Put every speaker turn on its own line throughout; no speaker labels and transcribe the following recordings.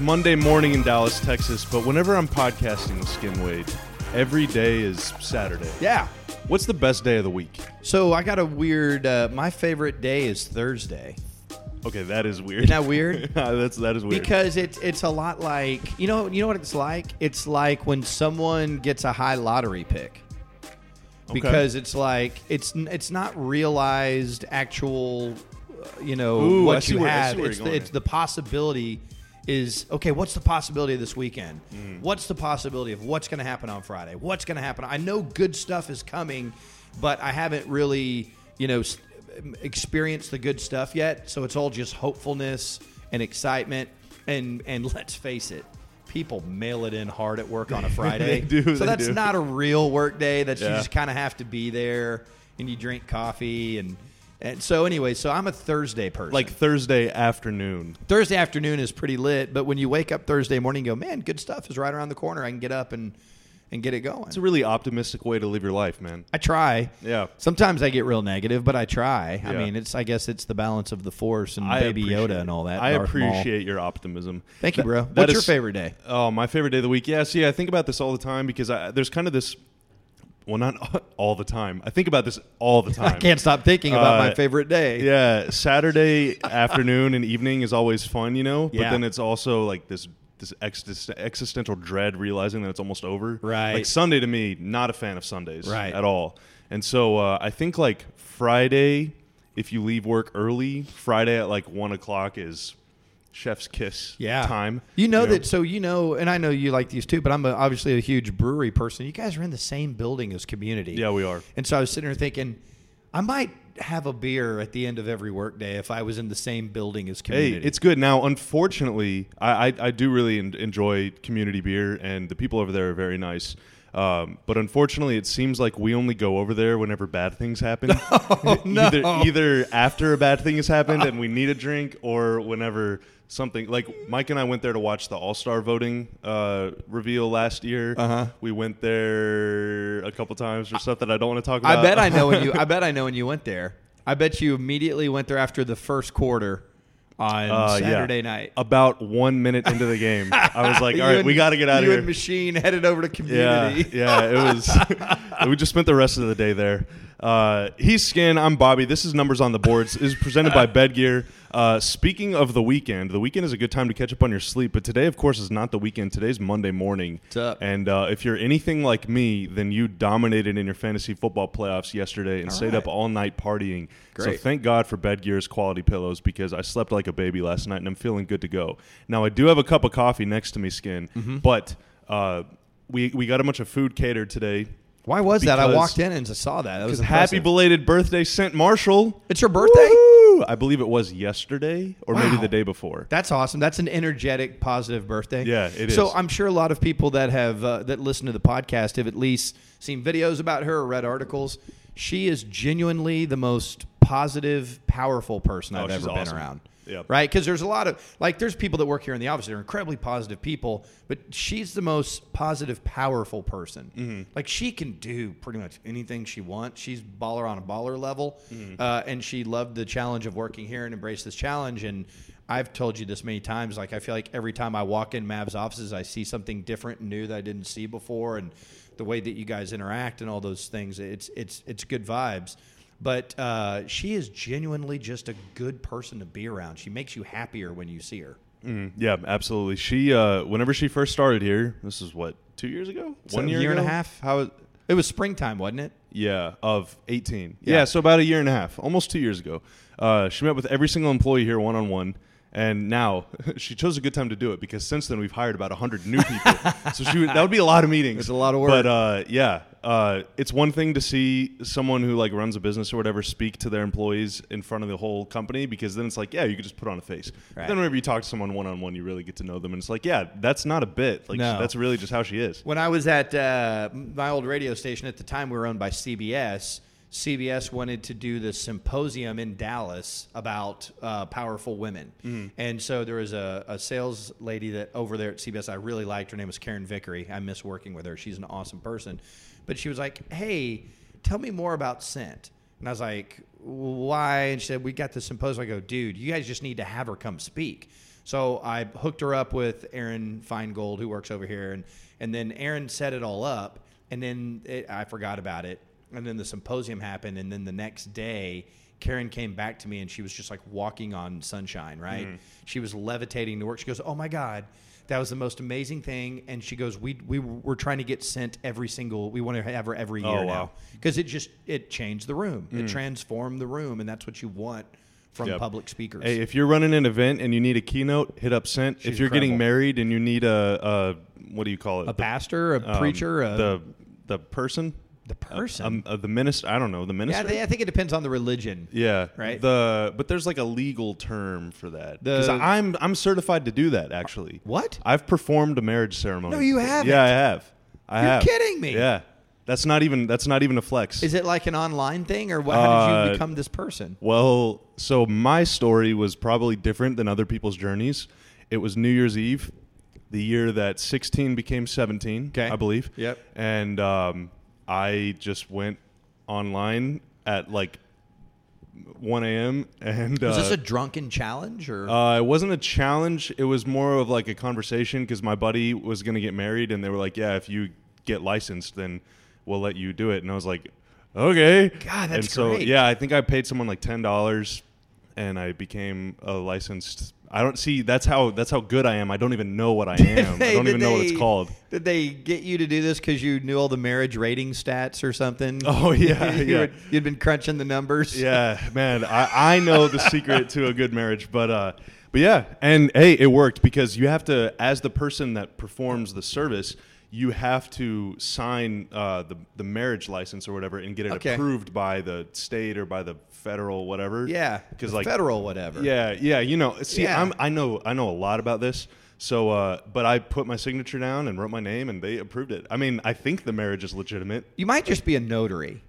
Monday morning in Dallas, Texas, but whenever I'm podcasting with Skin Wade, every day is Saturday.
Yeah.
What's the best day of the week?
So I got a weird. Uh, my favorite day is Thursday.
Okay, that is weird.
Isn't that weird?
That's that is weird.
Because it's it's a lot like you know you know what it's like. It's like when someone gets a high lottery pick.
Okay.
Because it's like it's n- it's not realized actual, uh, you know
Ooh, I
what
see
you
where- I see
have.
where you're
It's the,
going
it's
here.
the possibility is okay. What's the possibility of this weekend?
Mm-hmm.
What's the possibility of what's going to happen on Friday? What's going to happen? I know good stuff is coming, but I haven't really you know s- experienced the good stuff yet. So it's all just hopefulness and excitement. And and let's face it, people mail it in hard at work on a Friday.
do,
so
they
that's
do.
not a real work day. That's you
Yeah.
just kind of have to be there and you drink coffee and and so anyway, so I'm a Thursday person.
like Thursday afternoon.
Thursday afternoon is pretty lit, but when you wake up Thursday morning, you go, man, good stuff is right around the corner. I can get up and and get it going.
It's a really optimistic way to live your life, man.
I try.
Yeah.
Sometimes I get real negative, but I try. I
Yeah.
mean, it's I guess it's the balance of the force and
I
Baby
appreciate
Yoda
it.
and all that.
I
Darth Maul.
appreciate your optimism.
Thank you,
That-
bro.
that
What's your
is-
favorite day?
Oh, my favorite day of the week. Yeah, see, I think about this all the time because I, there's kind of this. Well, not all the time. I think about this all the time.
I can't stop thinking about
Uh,
my favorite day.
Yeah, Saturday afternoon and evening is always fun, you know. But
Yeah.
then it's also like this this exist- existential dread realizing that it's almost over.
Right.
Like Sunday to me, not a fan of Sundays.
Right.
At all. And so uh, I think like Friday, if you leave work early, Friday at like one o'clock is chef's kiss.
yeah.
Time.
You know that, so you know, and I know you like these too, but I'm a, obviously a huge brewery person. You guys are in the same building as community.
Yeah, we are.
And so I was sitting there thinking, I might have a beer at the end of every workday if I was in the same building as
Hey,
community.
it's good. Now, unfortunately, I, I, I do really en- enjoy community beer, and the people over there are very nice. Um, but unfortunately, it seems like we only go over there whenever bad things happen.
Oh, no.
either, either after a bad thing has happened and we need a drink, or whenever something like Mike and I went there to watch the All Star voting uh, reveal last year. Uh-huh. We went there a couple times for stuff that I don't want to talk about.
I bet I know when you. I bet I know when you went there. I bet you immediately went there after the first quarter on
Uh, yeah.
Saturday night.
About one minute into the game, I was like,
You
"All right,
and-
we got to get out of
you
here."
and machine headed over to community.
Yeah, yeah, it was. we just spent the rest of the day there. Uh, he's Skin. I'm Bobby. This is Numbers on the Boards. This is presented by Bedgear. Uh, speaking of the weekend, the weekend is a good time to catch up on your sleep. But today, of course, is not the weekend. Today's Monday morning.
What's up?
And uh, if you're anything like me, then you dominated in your fantasy football playoffs yesterday and stayed
right.
up all night partying. So
Great.
thank God for Bedgear's quality pillows because I slept like a baby last night and I'm feeling good to go. Now I do have a cup of coffee next to me, Skin,
Mm-hmm.
but uh, we we got a bunch of food catered today.
Why was that? I
Because-
walked in and saw that. That was
Happy
impressive.
belated birthday, Saint Marshall.
It's your birthday.
Woo! I believe it was yesterday or maybe
Wow.
the day before.
That's awesome. That's an energetic, positive birthday.
Yeah, it is.
So I'm sure a lot of people that have uh, that listen to the podcast have at least seen videos about her or read articles. She is genuinely the most positive, powerful person I've
Oh, she's
ever been
awesome.
around.
Yep.
Right? Because there's a lot of like there's people that work here in the office that are incredibly positive people, but she's the most positive, powerful person.
Mm-hmm.
Like she can do pretty much anything she wants. She's baller on a baller level,
Mm-hmm.
uh, and she loved the challenge of working here and embraced this challenge. And I've told you this many times. Like I feel like every time I walk in Mav's offices, I see something different and new that I didn't see before, and the way that you guys interact and all those things. It's it's it's good vibes but uh, she is genuinely just a good person to be around. She makes you happier when you see her.
Mm, yeah, absolutely. She uh, whenever she first started here, this is what two years ago,
So year and a
ago?
half? How it was springtime, wasn't it?
Yeah, of 18. Yeah.
Yeah.
so about a year and a half, almost two years ago. Uh, she met with every single employee here one on one. And now she chose a good time to do it because since then we've hired about 100 new people. so she would, that would be a lot of meetings.
It's a lot of work.
But uh, yeah, uh, it's one thing to see someone who like runs a business or whatever speak to their employees in front of the whole company because then it's like, yeah, you could just put on a face. But
Right.
Then whenever you talk to someone one on one, you really get to know them. And it's like, yeah, that's not a bit. Like,
No.
that's really just how she is.
When I was at uh, my old radio station at the time, we were owned by CBS. CBS wanted to do this symposium in Dallas about uh, powerful women, and so there was a, a sales lady that over there at CBS I really liked. Her name was Karen Vickery. I miss working with her. She's an awesome person, but she was like, "Hey, tell me more about scent." And I was like, "Why?" And she said, "We got this symposium." I go, "Dude, you guys just need to have her come speak." So I hooked her up with Aaron Feingold, who works over here, and and then Aaron set it all up, and then it, I forgot about it, and then the symposium happened, and then the next day. Karen came back to me and she was just like walking on sunshine, right?
Mm-hmm.
She was levitating to work. She goes, "Oh my god, that was the most amazing thing." And she goes, "We we were trying to get sent every single. We want to have her every year
Oh, wow.
now because it just it changed the room, it transformed the room, and that's what you want from
Mm. Yep.
public speakers."
Hey, if you're running an event and you need a keynote, hit up Scent.
She's
if you're
incredible.
getting married and you need a, a what do you call it?
a pastor, a
um,
preacher, a, the
the the person,
person.
um, uh, the minister. I don't know the
yeah, I,
minister.
thi- I think it depends on the religion.
Yeah.
Right?
The but there's like a legal term for that.
The-
Because I'm I'm certified to do that actually.
What?
I've performed a marriage ceremony.
No, you haven't.
Yeah, I have. I
You're
have.
kidding me.
Yeah. That's not even that's not even a flex.
Is it like an online thing, or what, how did you
Uh,
become this person?
well, so my story was probably different than other people's journeys. It was New Year's Eve, the year that 16 became 17,
Okay.
I believe.
Yep.
And um, I just went online at like 1 a.m. and
Was
uh,
this a drunken challenge, or
Uh, it wasn't a challenge. It was more of like a conversation because my buddy was going to get married, and they were like, "Yeah, if you get licensed, then we'll let you do it." And I was like, "Okay."
God, that's
and so,
great.
Yeah, I think I paid someone like ten dollars, and I became a licensed. I don't see. That's how. That's how good I am. I don't even know what I am. I don't
did
even know what it's
they-
called.
Did they get you to do this because you knew all the marriage rating stats or something?
Oh, yeah,
you
yeah.
were- you'd been crunching the numbers.
Yeah, man, I, I know the secret to a good marriage, but uh, but yeah, and hey, it worked because you have to, as the person that performs the service, you have to sign uh, the the marriage license or whatever and get it
Okay.
approved by the state or by the federal whatever.
yeah,
because like
federal whatever.
yeah, yeah. You know, see,
Yeah.
I'm, I know, I know a lot about this. So, uh, but I put my signature down and wrote my name, and they approved it. I mean, I think the marriage is legitimate.
you might just be a notary.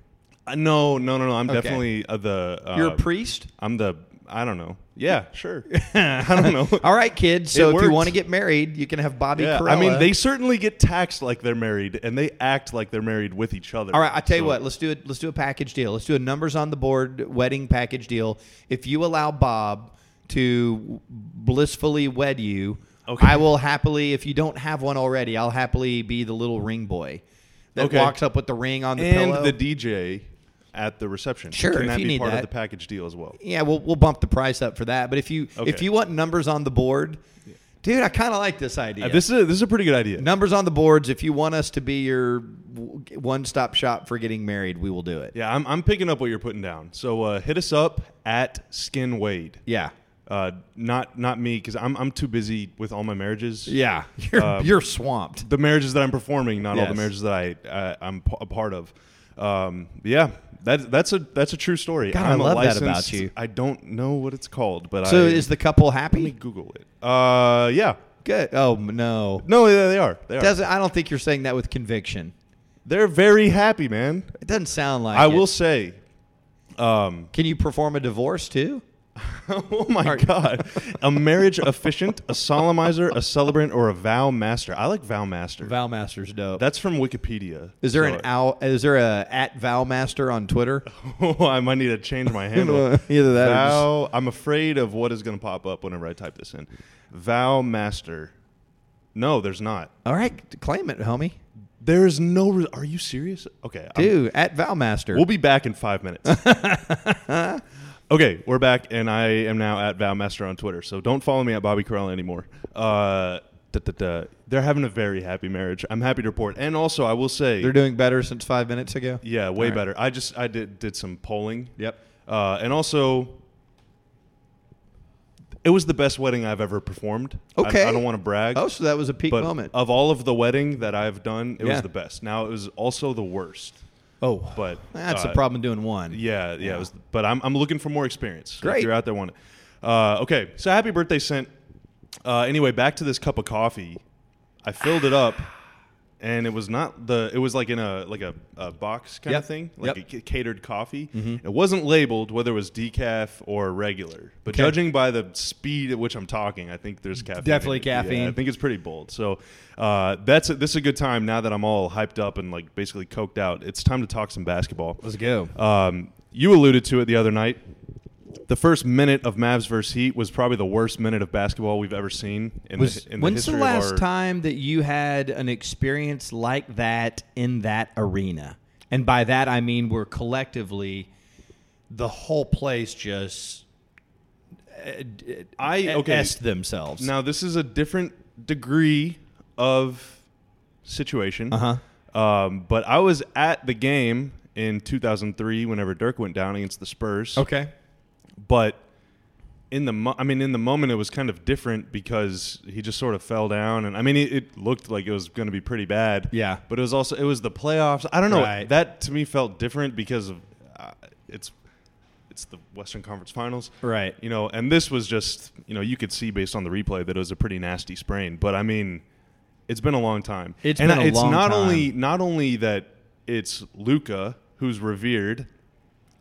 Uh, no, no, no, no. I'm
Okay.
definitely uh, the. Uh,
You're a priest.
I'm the I don't know. Yeah, sure. I don't know.
All right, kids. So if you
worked.
want to get married, you can have Bobby
Yeah,
Corella.
I mean, they certainly get taxed like they're married, and they act like they're married with each other.
All right, I tell you
So-
what. Let's do it. Let's do a package deal. Let's do a numbers on the board wedding package deal. If you allow Bob to blissfully wed you,
Okay.
I will happily. If you don't have one already, I'll happily be the little ring boy that
Okay.
walks up with the ring on the
and
pillow.
the DJ at the reception.
Sure,
can
if
that
you
be
need
part
that.
of the package deal as well?
yeah, we'll we'll bump the price up for that. But if you if
Okay.
you want numbers on the board, dude, I kind of like this idea.
Uh, this is a, this is a pretty good idea.
numbers on the boards. If you want us to be your one stop shop for getting married, we will do it.
Yeah, I'm, I'm picking up what you're putting down. So uh, hit us up at Skin Wade.
Yeah.
Uh, not not me because I'm I'm too busy with all my marriages.
Yeah. You're,
Um,
you're swamped.
the marriages that I'm performing, not all
Yes.
the marriages that I, I I'm p- a part of. Um, yeah, that that's a that's a true story.
God, I
I'm a
love that about
licensed-
you.
I don't know what it's called, but
So
I,
is the couple
let me
happy?
Google it. Uh, yeah,
Good. Oh m- no.
no, yeah, they are. They are.
Doesn't I don't think you're saying that with conviction.
They're very happy, man.
It doesn't sound like
I
it.
will say. Um,
Can you perform a divorce too?
oh my God! A marriage efficient, a solemnizer, a celebrant, or a vow master. I like vow master.
Val Master's dope.
That's from Wikipedia.
is there
So-
an owl, is there a at Val Master on Twitter?
Oh, I might need to change my handle.
Either that or
Vow, I'm afraid of what is going to pop up whenever I type this in. Vow master. No, there's not.
All right, claim it, homie.
There is no. Re- Are you serious? Okay, I'm-
Dude, at Val Master.
we'll be back in five minutes. okay, we're back, and I am now at Vow master on Twitter. So don't follow me at Bobby Corella anymore. Uh, da, da, da. They're having a very happy marriage. I'm happy to report. And also, I will say,
They're doing better since 5 minutes ago.
yeah, way
All right.
better. I just I did did some polling.
Yep.
Uh, and also, it was the best wedding I've ever performed. I-
Okay.
I, don't want to brag.
Oh, so that was a peak
but
moment.
of all of the wedding that I've done, it
Yeah.
was the best. Now it was also the worst.
oh,
But
that's
uh,
the problem doing one.
Yeah, yeah.
Yeah.
It was, but I'm, I'm looking for more experience. So
Great.
If you're out there, want it. Uh, okay. So happy birthday, sent. Uh, anyway, back to this cup of coffee. I filled it up, and it was not the. It was like in a like a, a box kind
Yep.
of thing, like
Yep. Mm-hmm.
a c- catered coffee. It wasn't labeled whether it was decaf or regular. But
Okay.
judging by the speed at which I'm talking, I think there's caffeine. in
Definitely
it. Yeah,
caffeine.
I think it's pretty bold. So uh, that's a, this is a good time now that I'm all hyped up and like basically
Uh,
coked out. It's time to talk some basketball.
Let's go.
Um, you alluded to it the other night. the first minute of Mavs versus Heat was probably the worst minute of basketball we've ever seen in
Was,
the, in the
when's the,
history
last
of our
time that you had an experience like that in that arena? And by that I mean we're collectively the whole place just uh,
I okay.
s themselves.
Now this is a different degree of situation.
Uh-huh.
Um, but I was at the game in 2003 whenever Dirk went down against the Spurs.
Okay.
But in the mo- I mean in the moment it was kind of different because he just sort of fell down and I mean it, it looked like it was going to be pretty bad.
Yeah.
But it was also it was the playoffs. I don't know.
Right.
That to me felt different because of uh, it's it's the Western Conference Finals.
Right.
You know, and this was just, you know, you could see based on the replay that it was a pretty nasty sprain. But I mean, it's been a long time.
It's
and
been a
it's
long
not
time.
only not only that it's Luca who's revered,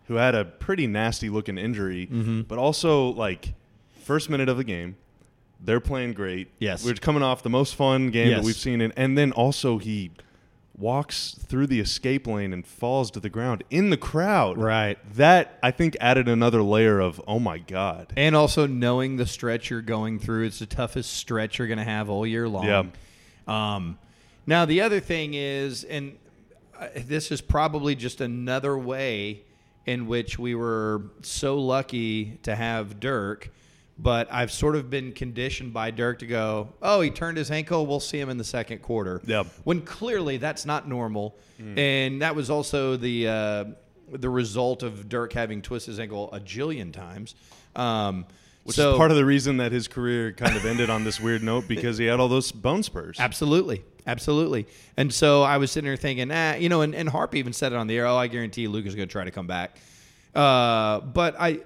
who had a pretty nasty looking injury,
Mm-hmm.
but also like first minute of the game, they're playing great.
Yes.
we're coming off the most fun game
Yes.
that we've seen, in, and then also he walks through the escape lane and falls to the ground in the crowd
Right.
that I think added another layer of oh my god.
And also knowing the stretch you're going through, it's the toughest stretch you're going to have all year long.
Yeah.
Um, now the other thing is, and uh, this is probably just another way in which we were so lucky to have Dirk, but I've sort of been conditioned by Dirk to go, oh, he turned his ankle. We'll see him in the second quarter.
Yep. Mm.
When clearly that's not normal, and that was also the uh, the result of Dirk having twisted his ankle a jillion times. Um,
Which
so
is part of the reason that his career kind of ended on this weird note because he had all those bone spurs.
Absolutely. Absolutely. And so I was sitting there thinking, ah, you know, and, and Harp even said it on the air. Oh, I guarantee Luke is going to try to come back. Uh, but I,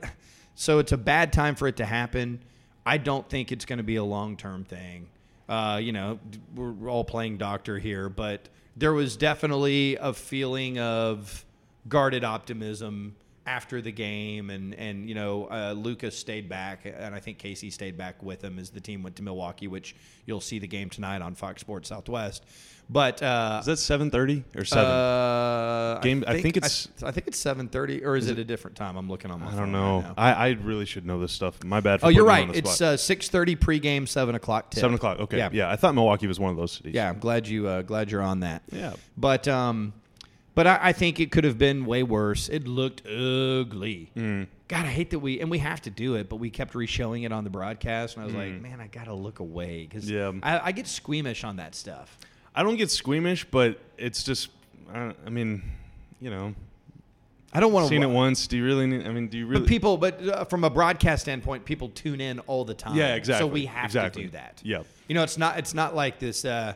so it's a bad time for it to happen. I don't think it's going to be a long term thing. Uh, you know, d- we're, we're all playing doctor here, but there was definitely a feeling of guarded optimism after the game, and and you know uh, Lucas stayed back, and I think Casey stayed back with him as the team went to Milwaukee, which you'll see the game tonight on Fox Sports Southwest. But uh,
Is that 7:30 or 7?
uh,
Game- I think it's-
I, think it's seven thirty, or is, it, a different time? I'm looking on my.
I don't
phone
know.
right now.
I, I really should know this stuff. My bad. For
oh, you're
putting
right.
you on the
It's
spot.
uh, six thirty pregame, seven o'clock. Tip.
seven o'clock. Okay.
Yeah.
Yeah. I thought Milwaukee was one of those cities.
Yeah, I'm glad you uh, glad you're on that.
Yeah.
But um, but I, I think it could have been way worse. It looked ugly.
Mm.
God, I hate that we and we have to do it, but we kept re-showing it on the broadcast, and I was like, man, I gotta look away because
Mm. Yeah.
I, I get squeamish on that stuff.
I don't get squeamish, but it's just. I, I mean, you know,
I don't want to
seen it once. Do you really need? I mean, do you really?
But people, but uh, from a broadcast standpoint, people tune in all the time.
Yeah, exactly.
So we have
Exactly.
to do that.
Yeah.
You know, it's not it's not like this uh,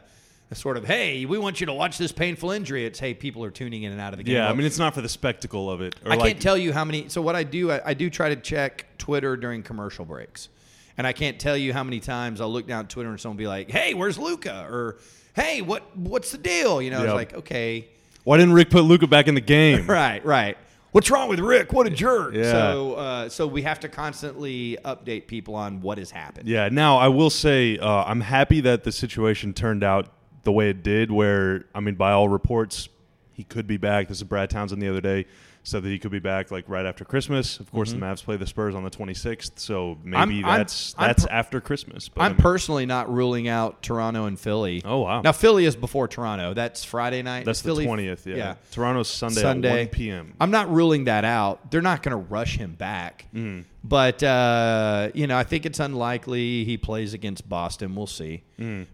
sort of hey, we want you to watch this painful injury. It's hey, people are tuning in and out of the game.
yeah. I
Well,
mean, it's not for the spectacle of it. Or
I
like,
can't tell you how many. So what I do, I, I do try to check Twitter during commercial breaks, and I can't tell you how many times I'll look down at Twitter and someone will be like, "Hey, where's Luca?" or "Hey, what what's the deal?" You know, it's
Yeah.
like, okay,
Why didn't Rick put Luca back in the game?
right, right. What's wrong with Rick? What a jerk!
Yeah.
So, uh, so we have to constantly update people on what has happened.
Yeah. Now I will say uh, I'm happy that the situation turned out the way it did. Where I mean, by all reports, he could be back. This is Brad Townsend the other day said that he could be back like right after Christmas. Of course, the Mavs play the Spurs on the 26th, so maybe
Mm-hmm. I'm- I'm-
that's
I'm
that's
per-
after Christmas. But I
I'm
mean-
personally not ruling out Toronto and Philly.
Oh, wow.
Now Philly is before Toronto. That's Friday night.
that's
Philly-
the 20th. Yeah. Torondo's Sunday, at 1 p.m.
I'm not ruling that out. They're not going to rush him back.
Mm.
But, uh, you know, I think it's unlikely he plays against Boston. We'll see.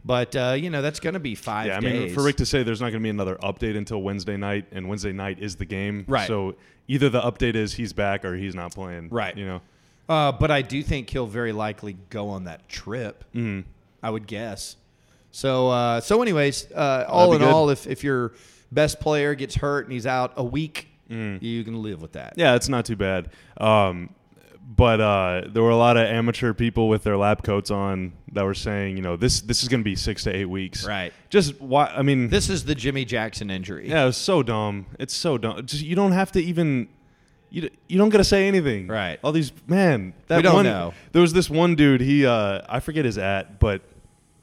But, uh, you know, that's going to be
Mm.
five
yeah, I
days.
mean, for Rick to say there's not going to be another update until Wednesday night, and Wednesday night is the game.
Right.
So either the update is he's back or he's not playing.
Right.
You know.
uh, but I do think he'll very likely go on that trip,
Mm.
I would guess. So, uh, so anyways, uh, all in
That'd be good.
all, if, if your best player gets hurt and he's out a week, you can live with that.
Mm. Yeah, it's not too bad. Um, but uh, there were a lot of amateur people with their lab coats on that were saying, you know, this this is going to be six to eight weeks.
Right.
Just why? I mean,
This is the Jimmy Jackson injury.
yeah, it's so dumb. It's so dumb. Just you don't have to even. You, d- you don't got to say anything.
Right.
All these man. That
We don't
one,
know.
There was this one dude. He uh, I forget his at, but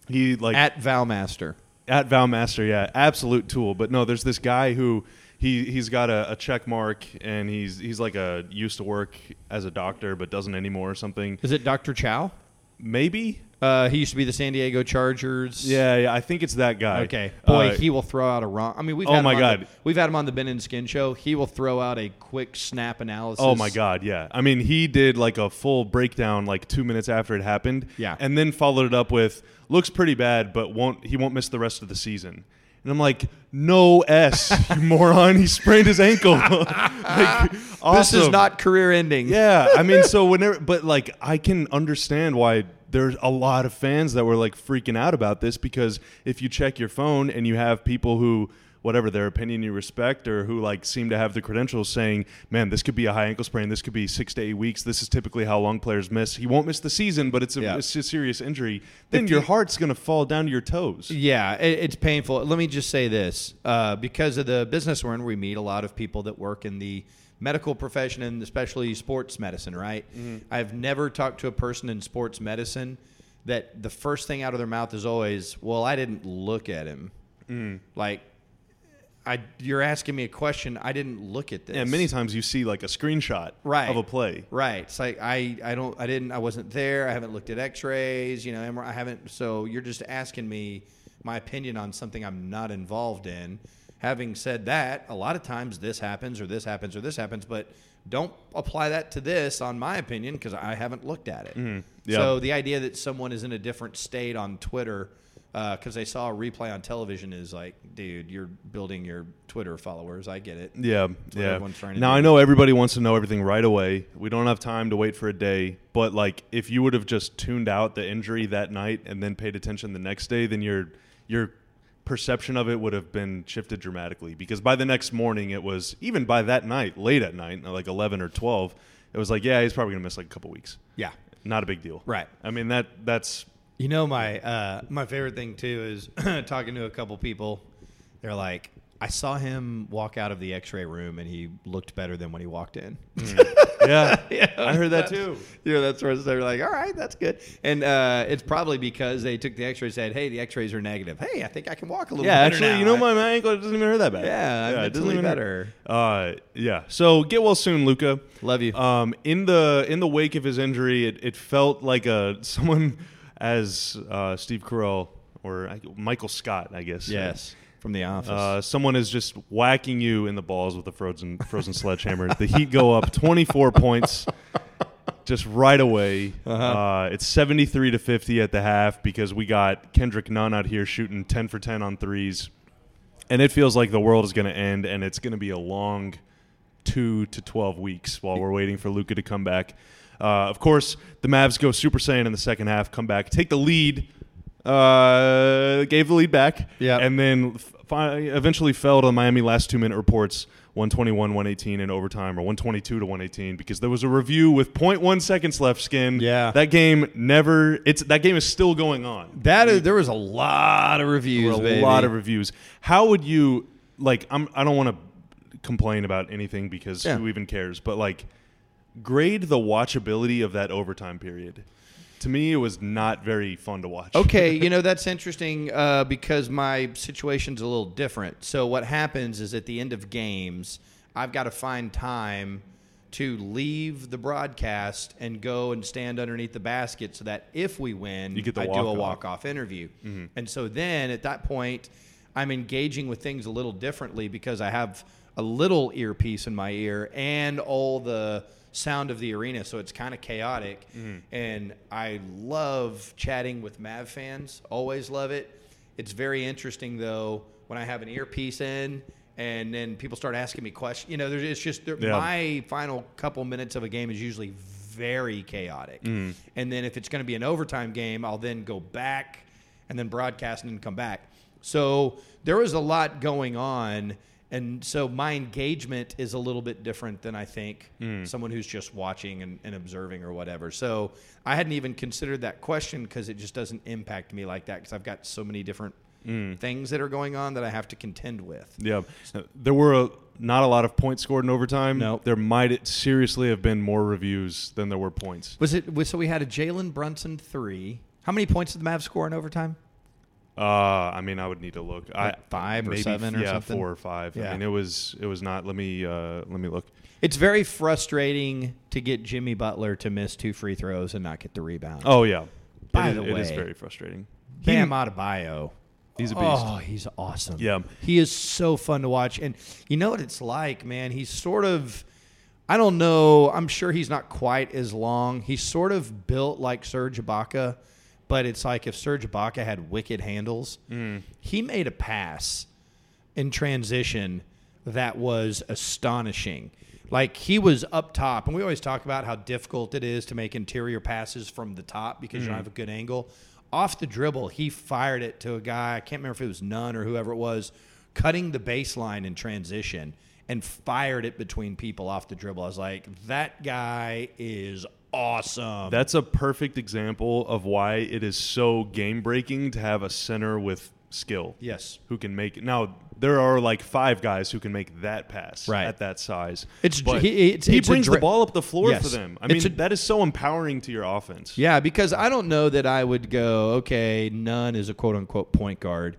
he like
At Valmaster.
At Val Master, yeah, absolute tool. But no, there's this guy who he he's got a, a check mark and he's he's like a used to work as a doctor but doesn't anymore or something.
Is it Dr. Chow?
Maybe.
Uh, he used to be the San Diego Chargers.
Yeah, yeah, I think it's that guy.
Okay. Boy,
Uh,
he will throw out a wrong. I mean, we've
Oh
had him
my
on
God.
the- we've had him on the Ben and Skin show. He will throw out a quick snap analysis.
Oh my God! Yeah, I mean, he did like a full breakdown like two minutes after it happened.
Yeah.
and then followed it up with looks pretty bad, but won't he won't miss the rest of the season? And I'm like, no s, you moron! He sprained his ankle. like, awesome.
This is not career ending.
Yeah, I mean, so whenever, but like, I can understand why there's a lot of fans that were like freaking out about this because if you check your phone and you have people who, whatever their opinion you respect or who like seem to have the credentials saying, man, this could be a high ankle sprain, this could be six to eight weeks, this is typically how long players miss. He won't miss the season, but it's a,
Yeah.
it's a serious injury. Then your heart's going to fall down to your toes.
Yeah, it, it's painful. Let me just say this uh, because of the business we're in, we meet a lot of people that work in the medical profession and especially sports medicine, right? I've never talked to a person in sports medicine that the first thing out of their mouth is always, well, I didn't look at him. Like, I, you're asking me a question. I didn't look at this.
And many times you see like a screenshot
Right.
of a play.
Right. It's like I, I don't I didn't I wasn't there. I haven't looked at X-rays. You know, MRI, I haven't. So you're just asking me my opinion on something I'm not involved in. Having said that, a lot of times this happens or this happens or this happens, but don't apply that to this on my opinion because I haven't looked at it.
Yeah.
So the idea that someone is in a different state on Twitter because they saw a replay on television is like, dude, you're building your Twitter followers. I get it.
Yeah,
what
yeah.
everyone's trying to
Now
do.
I know everybody wants to know everything right away. We don't have time to wait for a day. But like, if you would have just tuned out the injury that night and then paid attention the next day, then your your perception of it would have been shifted dramatically. Because by the next morning, it was even by that night, late at night, uh, like eleven or twelve, it was like, yeah, he's probably gonna miss like a couple weeks.
Yeah.
Not a big deal.
Right.
I mean that that's
You know my uh, my favorite thing too is talking to a couple people. They're like, I saw him walk out of the X-ray room and he looked better than when he walked in.
yeah. I heard that too.
you know, that's where they're like, all right, that's good. And uh, it's probably because they took the X-ray, said, hey, the X-rays are negative. Hey, I think I can walk a little.
Yeah,
better
actually,
now.
you know my, my ankle doesn't even hurt that bad.
Yeah, I'm
it doesn't
mentally
even hurt.
better.
Uh, yeah. So get well soon, Luca.
Love you.
Um, in the in the wake of his injury, it, it felt like a someone as uh, Steve Carell or I- Michael Scott, I guess.
yes from the office.
Uh, someone is just whacking you in the balls with a frozen frozen sledgehammer. The Heat go up 24 points just right away. uh it's 73 to 50 at the half because we got Kendrick Nunn out here shooting 10 for 10 on threes, and it feels like the world is going to end, and it's going to be a long two to 12 weeks while we're waiting for Luca to come back. Uh, of course, the Mavs go Super Saiyan in the second half, come back, take the lead, uh, gave the lead back,
Yeah.
and then fi- eventually fell to the Miami last two minute reports 121, 118 in overtime, or 122 to 118, because there was a review with 0.1 seconds left, skin.
Yeah.
That game never, it's that game is still going on.
that is, there was a lot of
There
reviews.
were a
baby.
lot of reviews. How would you like? I'm. I don't want to complain about anything because
Yeah.
who even cares? But like, grade the watchability of that overtime period. To me, it was not very fun to watch.
okay, you know that's interesting uh, because my situation's a little different. So what happens is at the end of games, I've got to find time to leave the broadcast and go and stand underneath the basket so that if we win,
You get the
I do a
walk-off.
walk-off interview. And so then at that point, I'm engaging with things a little differently because I have a little earpiece in my ear and all the sound of the arena, so it's kind of chaotic. And I love chatting with Mav fans, always love it. It's very interesting though when I have an earpiece in and then people start asking me questions. You know, there's, it's just there,
Yeah.
my final couple minutes of a game is usually very chaotic. And then if it's going to be an overtime game, I'll then go back and then broadcast and then come back. So there was a lot going on. And so my engagement is a little bit different than I think someone who's just watching and, and observing or whatever. So I hadn't even considered that question because it just doesn't impact me like that because I've got so many different things that are going on that I have to contend with.
Yeah, there were a, not a lot of points scored in overtime.
No.
there might seriously have been more reviews than there were points.
Was it was, so we had a Jalen Brunson three? How many points did the Mavs score in overtime?
Uh, I mean, I would need to look. I,
Like five or
maybe,
seven or
yeah,
something?
four or five.
Yeah.
I mean, it was it was not. Let me uh, let me look.
It's very frustrating to get Jimmy Butler to miss two free throws and not get the rebound.
Oh yeah.
By
It is-
the
it is
way-
very frustrating.
Bam Adebayo.
He's a beast.
Oh, he's awesome.
Yeah.
He is so fun to watch. And you know what it's like, man? He's sort of, I don't know, I'm sure he's not quite as long. He's sort of built like Serge Ibaka, but it's like if Serge Ibaka had wicked handles,
Mm.
he made a pass in transition that was astonishing. Like he was up top, and we always talk about how difficult it is to make interior passes from the top because you don't have a good angle. Off the dribble, he fired it to a guy. I can't remember if it was Nunn or whoever it was, cutting the baseline in transition and fired it between people off the dribble. I was like, that guy is awesome.
That's a perfect example of why it is so game breaking to have a center with skill.
yes.
Who can make it. Now, there are like five guys who can make that pass
Right.
at that size.
It's-
But
he- it's-
he
it's a
brings
dri-
the ball up the floor
Yes.
for them. I mean,
It's a-
that is so empowering to your offense.
Yeah, because I don't know that I would go, okay, Nunn is a quote unquote point guard.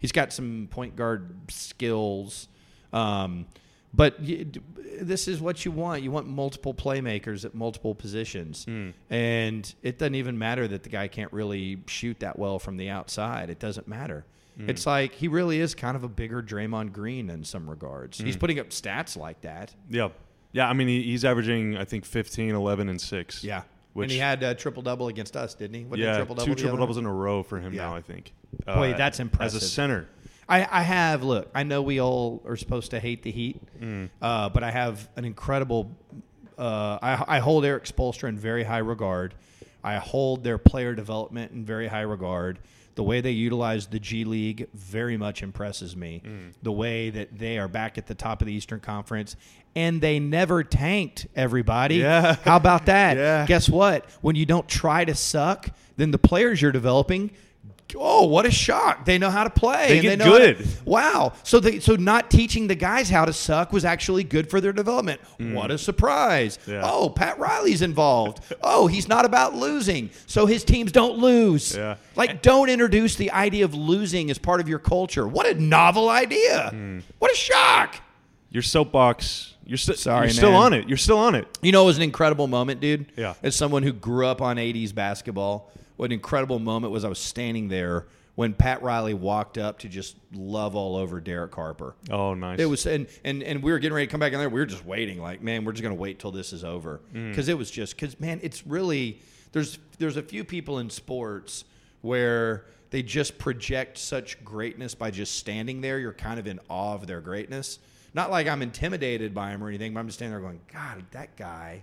He's got some point guard skills. Um, but you, d- this is what you want. You want multiple playmakers at multiple positions.
Hmm.
And it doesn't even matter that the guy can't really shoot that well from the outside. It doesn't matter.
Hmm.
It's like he really is kind of a bigger Draymond Green in some regards.
Hmm.
He's putting up stats like that.
Yeah. Yeah. I mean, he, he's averaging, I think, 15, 11, and 6.
Yeah.
Which,
and he had a triple double against us, didn't he? Wasn't it
yeah, two
triple-double the other
triple
night?
doubles in a row for him
Yeah.
now, I think. Uh,
Boy, that's
As
impressive.
a center.
I, I have look. I know we all are supposed to hate the Heat,
Mm.
uh, but I have an incredible. Uh, I, I hold Eric Spolstra in very high regard. I hold their player development in very high regard. The way they utilize the G League very much impresses me.
Mm.
The way that they are back at the top of the Eastern Conference and they never tanked everybody.
Yeah.
How about that?
Yeah.
Guess what? When you don't try to suck, then the players you're developing, oh, what a shock. They know how to play
They
and
get
know how to-
good.
wow. So they, so not teaching the guys how to suck was actually good for their development. What a surprise.
Mm. Yeah.
Oh, Pat Riley's involved. oh, he's not about losing. So his teams don't lose.
Yeah.
Like don't introduce the idea of losing as part of your culture. What a novel idea.
Mm.
What a shock.
Your soapbox. You're, st-
Sorry,
you're still
man.
on it. You're still on it.
You know, it was an incredible moment, dude.
Yeah.
As someone who grew up on 80s basketball, what an incredible moment was I was standing there when Pat Riley walked up to just love all over Derek Harper.
Oh, nice.
It was and, and and we were getting ready to come back in there. We were just waiting, like, man, we're just gonna wait till this is over because it was just because man, it's really there's there's a few people in sports where they just project such greatness by just standing there. You're kind of in awe of their greatness. Not like I'm intimidated by him or anything, but I'm just standing there going, God, that guy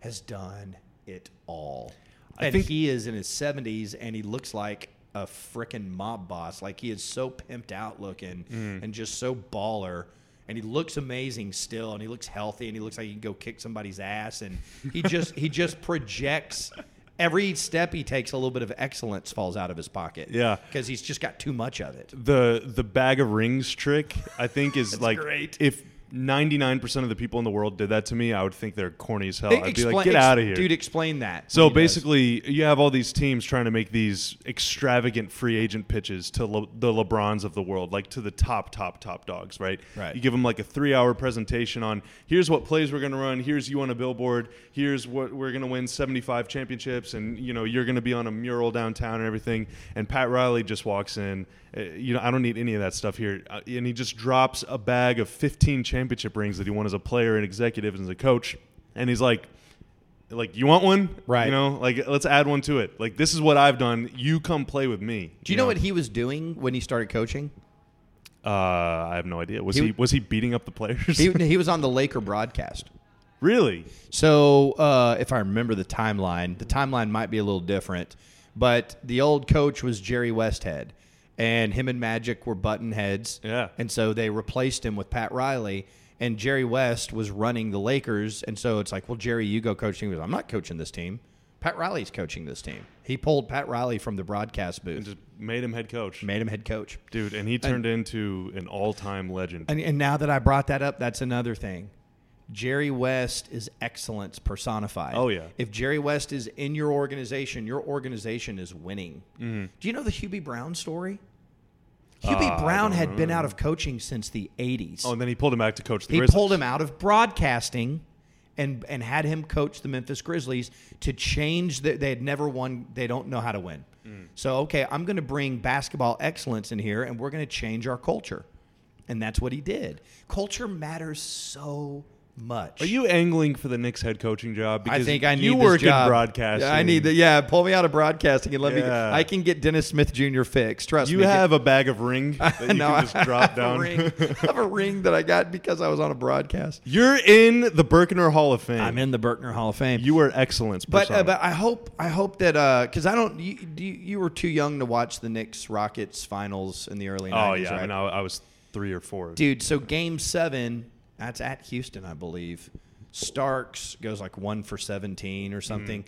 has done it all.
I
and
think-
he is in his 70s and he looks like a freaking mob boss. Like he is so pimped out looking
Mm.
and just so baller. And he looks amazing still, and he looks healthy, and he looks like he can go kick somebody's ass, and he just he just projects every step he takes. A little bit of excellence falls out of his pocket,
Yeah. Oh,
because he's just got too much of it.
the the bag of rings trick i think is like
great.
if 99% of the people in the world did that to me i would think they're corny as hell i'd be
Explain-
like get
ex-
out of here
dude. Explain that.
so
What he does.
basically you have all these teams trying to make these extravagant free agent pitches to Le- the lebrons of the world like to the top top top dogs right
Right.
you give them like a three hour presentation on here's what plays we're going to run here's you on a billboard here's what we're going to win 75 championships and you know you're going to be on a mural downtown and everything and pat riley just walks in uh, you know i don't need any of that stuff here Uh, and he just drops a bag of 15 championship rings that he won as a player and executive and as a coach and he's like like you want one
Right.
you know like let's add one to it like this is what i've done you come play with me
do you know what he was doing when he started coaching?
uh i have no idea was
He-
he, was he beating up the players
He, he was on the Laker broadcast.
really
So, uh, if I remember the timeline, the timeline might be a little different, but the old coach was Jerry Westhead, and him and Magic were button heads.
Yeah.
And so they replaced him with Pat Riley, and Jerry West was running the Lakers. And so it's like, well, Jerry, you go coaching. He goes, I'm not coaching this team. Pat Riley's coaching this team. He pulled Pat Riley from the broadcast
and
booth,
just made him head coach
made him head coach.
dude and he turned into an all-time legend
And, and now that I brought that up, that's another thing. Jerry West is excellence personified.
Oh, yeah.
If Jerry West is in your organization, your organization is winning. Do you know the Hubie Brown story? Hubie
Mm-hmm. Uh, I
Brown
don't
had been out of coaching since the 80s.
Oh, and then he pulled him back to coach the
He
Grizzlies.
pulled him out of broadcasting and and had him coach the Memphis Grizzlies to change that they had never won. They don't know how to win.
Mm.
So okay, I'm going to bring basketball excellence in here, and we're going to change our culture, and that's what he did. Culture matters so much.
Are you angling for the Knicks head coaching job?
I think I need
you
this
work
job.
in broadcasting.
I need that. Yeah, pull me out of broadcasting and let
Yeah.
me. I can get Dennis Smith Jr. fixed. Trust
You
me.
have a bag of ring that you
No,
can just
I
drop
have
down.
A ring, I have a ring that I got because I was on a broadcast.
You're in the Berkner Hall of Fame.
I'm in the Berkner Hall of Fame.
You are excellence.
But uh,
persona.
but I hope I hope that because I don't you, do you, you were too young to watch the Knicks Rockets finals in the early
oh
90s,
yeah,
right?
I mean, I, I was three or four.
dude. So game seven, that's at Houston, I believe. Starks goes like one for seventeen
Mm-hmm.
or something.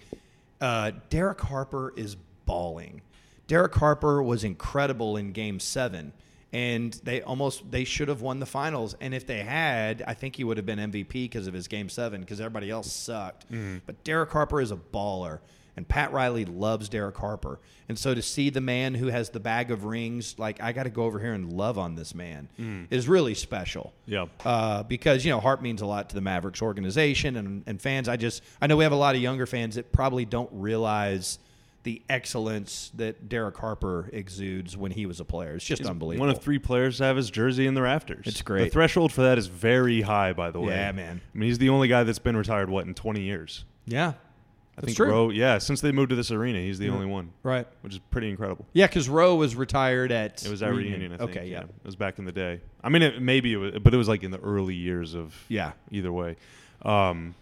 Uh, Derek Harper is balling. Derek Harper was incredible in game seven, and they almost they should have won the finals. And if they had, I think he would have been MVP because of his game seven because everybody else sucked.
Mm-hmm.
But Derek Harper is a baller. And Pat Riley loves Derek Harper. And so to see the man who has the bag of rings, like, I got to go over here and love on this man,
Mm.
is really special.
Yeah.
Uh, because, you know, Hart means a lot to the Mavericks organization and, and fans. I just, I know we have a lot of younger fans that probably don't realize the excellence that Derek Harper exudes when he was a player. It's just unbelievable.
One of three players to have his jersey in the rafters.
It's great.
The threshold for that is very high, by the way.
Yeah, man.
I mean, he's the only guy that's been retired what in 20 years.
yeah.
I think Roe. Yeah, since they moved to this arena, he's the only one,
Right.
which is pretty incredible.
Yeah, because Rowe was retired at.
It was at reunion. I think.
Okay, yeah.
it was back in the day. I mean, it, maybe, it was, but it was like in the early years of.
Yeah.
Either way, um,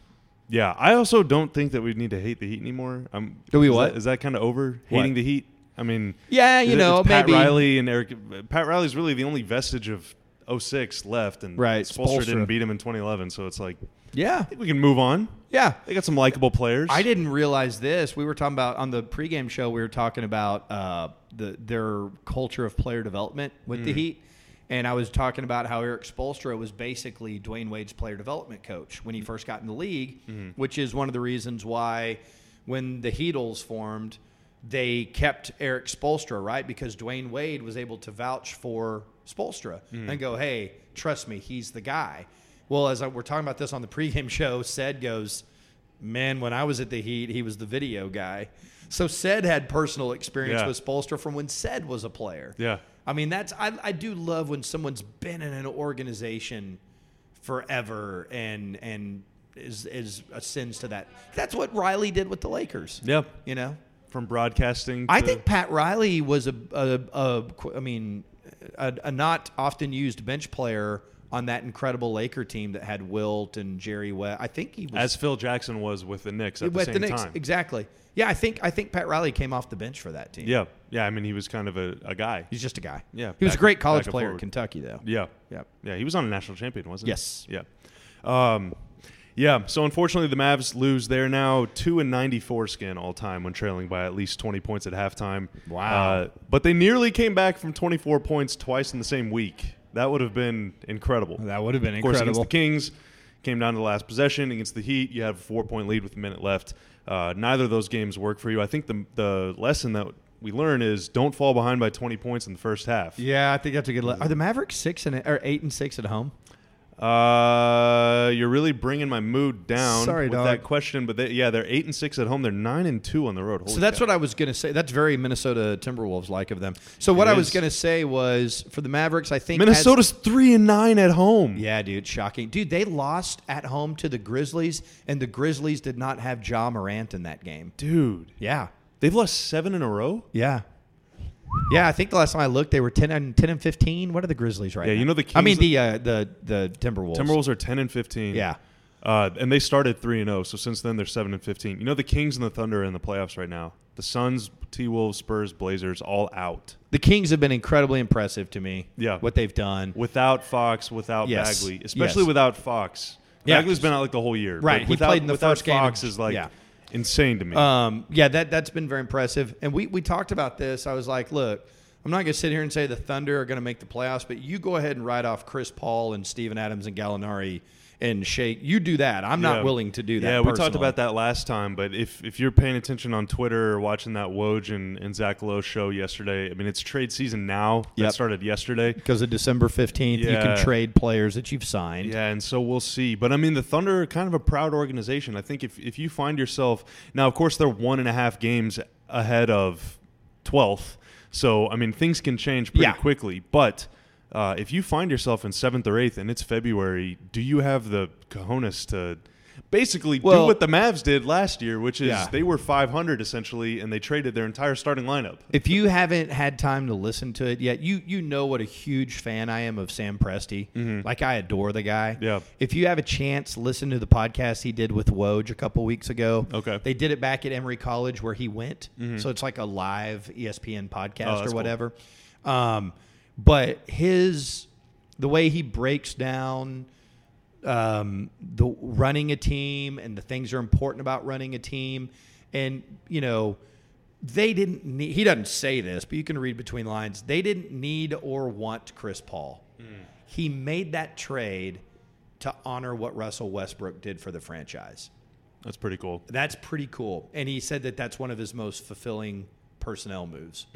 yeah. I also don't think that we need to hate the Heat anymore. I'm,
Do we
is
what?
That, is that kind of over
What?
hating the Heat? I mean,
Yeah, you
it-
know,
it's Pat
maybe.
Riley and Eric. Pat Riley's really the only vestige of 06 left, and
Right,
Spoelstra
Spoelstra.
didn't beat him in 2011, so it's like I
Yeah.
think we can move on.
Yeah.
They got some likable players.
I didn't realize this. We were talking about on the pregame show. We were talking about uh, the their culture of player development with the Heat, and I was talking about how Eric Spolstra was basically Dwayne Wade's player development coach when he first got in the league, which is one of the reasons why when the Heatles formed, they kept Eric Spolstra right because Dwayne Wade was able to vouch for Spolstra and go, "Hey, trust me, he's the guy." Well, as I, we're talking about this on the pregame show, said goes man, when I was at the Heat, he was the video guy. So Sed had personal experience
Yeah.
with Spolstra from when Sed was a player.
Yeah.
I mean, that's I, I do love when someone's been in an organization forever and and is is ascends to that. That's what Riley did with the Lakers.
Yeah.
You know?
From broadcasting.
I
to-
think Pat Riley was a, a, a qu- I mean, a, a not often used bench player on that incredible Laker team that had Wilt and Jerry West. I think he was
as Phil Jackson was with the Knicks at the
with
same
the Knicks,
time.
exactly. Yeah, I think I think Pat Riley came off the bench for that team.
Yeah, yeah. I mean, he was kind of a, a guy.
he's just a guy.
Yeah,
he was a
back-
great college
back and
player at
forward.
Kentucky, though.
Yeah,
Yeah.
yeah. He was on a national champion, wasn't he?
Yes.
Yeah. Um, yeah. So unfortunately, the Mavs lose. They're now two and ninety-four skin all time when trailing by at least twenty points at halftime.
Wow.
Uh, but they nearly came back from twenty-four points twice in the same week. That would have been incredible.
That would have been
Of course, against the Kings, came down to the last possession. Against the Heat, you have a four-point lead with a minute left. Uh, neither of those games work for you. I think the the lesson that we learn is don't fall behind by 20 points in the first half.
Yeah, I think that's a good. Are the Mavericks six and or eight and six at home?
Uh, you're really bringing my mood down
Sorry,
with
dog.
that question. But they, yeah, they're eight and six at home. They're nine and two on the road.
so that's what I was going to say. That's very Minnesota Timberwolves like of them. So what
It
I was
is.
going to say was for the Mavericks, I think as-
Minnesota's three and nine at home.
Yeah, dude, shocking. Dude, they lost at home to the Grizzlies, and the Grizzlies did not have Ja Morant in that game.
dude,
Yeah,
they've lost seven in a row.
Yeah. Yeah, I think the last time I looked, they were 10 and 10 and 15. What are the Grizzlies right
Yeah,
now?
you know the
I mean
Kings-
the uh, the the Timberwolves.
Timberwolves are ten and fifteen.
Yeah.
Uh, and they started three and zero. So since then they're seven and fifteen. You know the Kings and the Thunder are in the playoffs right now. The Suns, T Wolves, Spurs, Blazers, all out
The Kings have been incredibly impressive to me.
Yeah.
What they've done.
without Fox, without
Yes.
Bagley, especially
Yes.
without Fox.
Yeah,
Bagley's
'cause-
been out like the whole year.
Right,
Like,
he
without,
played in the
without
first game.
Fox is like
Yeah.
insane to me.
Um, yeah, that that's been very impressive. And we we talked about this. I was like, look, I'm not going to sit here and say the Thunder are going to make the playoffs, but you go ahead and write off Chris Paul and Steven Adams and Gallinari and Shake. You do that. I'm
Yeah.
not willing to do that.
Yeah, we talked
personally.
about that last time, but if if you're paying attention on Twitter or watching that Woj and, and Zach Lowe show yesterday, I mean it's trade season now. That
Yep.
started yesterday.
because of December 15th, you
Yeah.
can trade players that you've signed.
Yeah, and so we'll see. But I mean, the Thunder are kind of a proud organization. I think if if you find yourself now, of course, they're one and a half games ahead of twelfth. So I mean, things can change pretty
Yeah.
quickly. But uh, if you find yourself in seventh or eighth, and it's February, do you have the cojones to? Basically, do
Well-
what the Mavs did last year, which is
Yeah.
they were 500 essentially, and they traded their entire starting lineup.
If you haven't had time to listen to it yet, you you know what a huge fan I am of Sam Presti. Like I adore the guy.
Mm-hmm. Yeah.
If you have a chance, listen to the podcast he did with Woj a couple weeks ago.
Okay. Mm-hmm.
They did it back at Emory College where he went, so it's like a live E ESPN
Oh,
podcast
that's
or
cool.
whatever. Um, but his the way he breaks down um, the running a team and the things that are important about running a team. And you know, they didn't need. He doesn't say this, but you can read between lines. They didn't need or want Chris Paul.
Hmm.
He made that trade to honor what Russell Westbrook did for the franchise.
That's pretty cool.
That's pretty cool. And he said that that's one of his most fulfilling personnel moves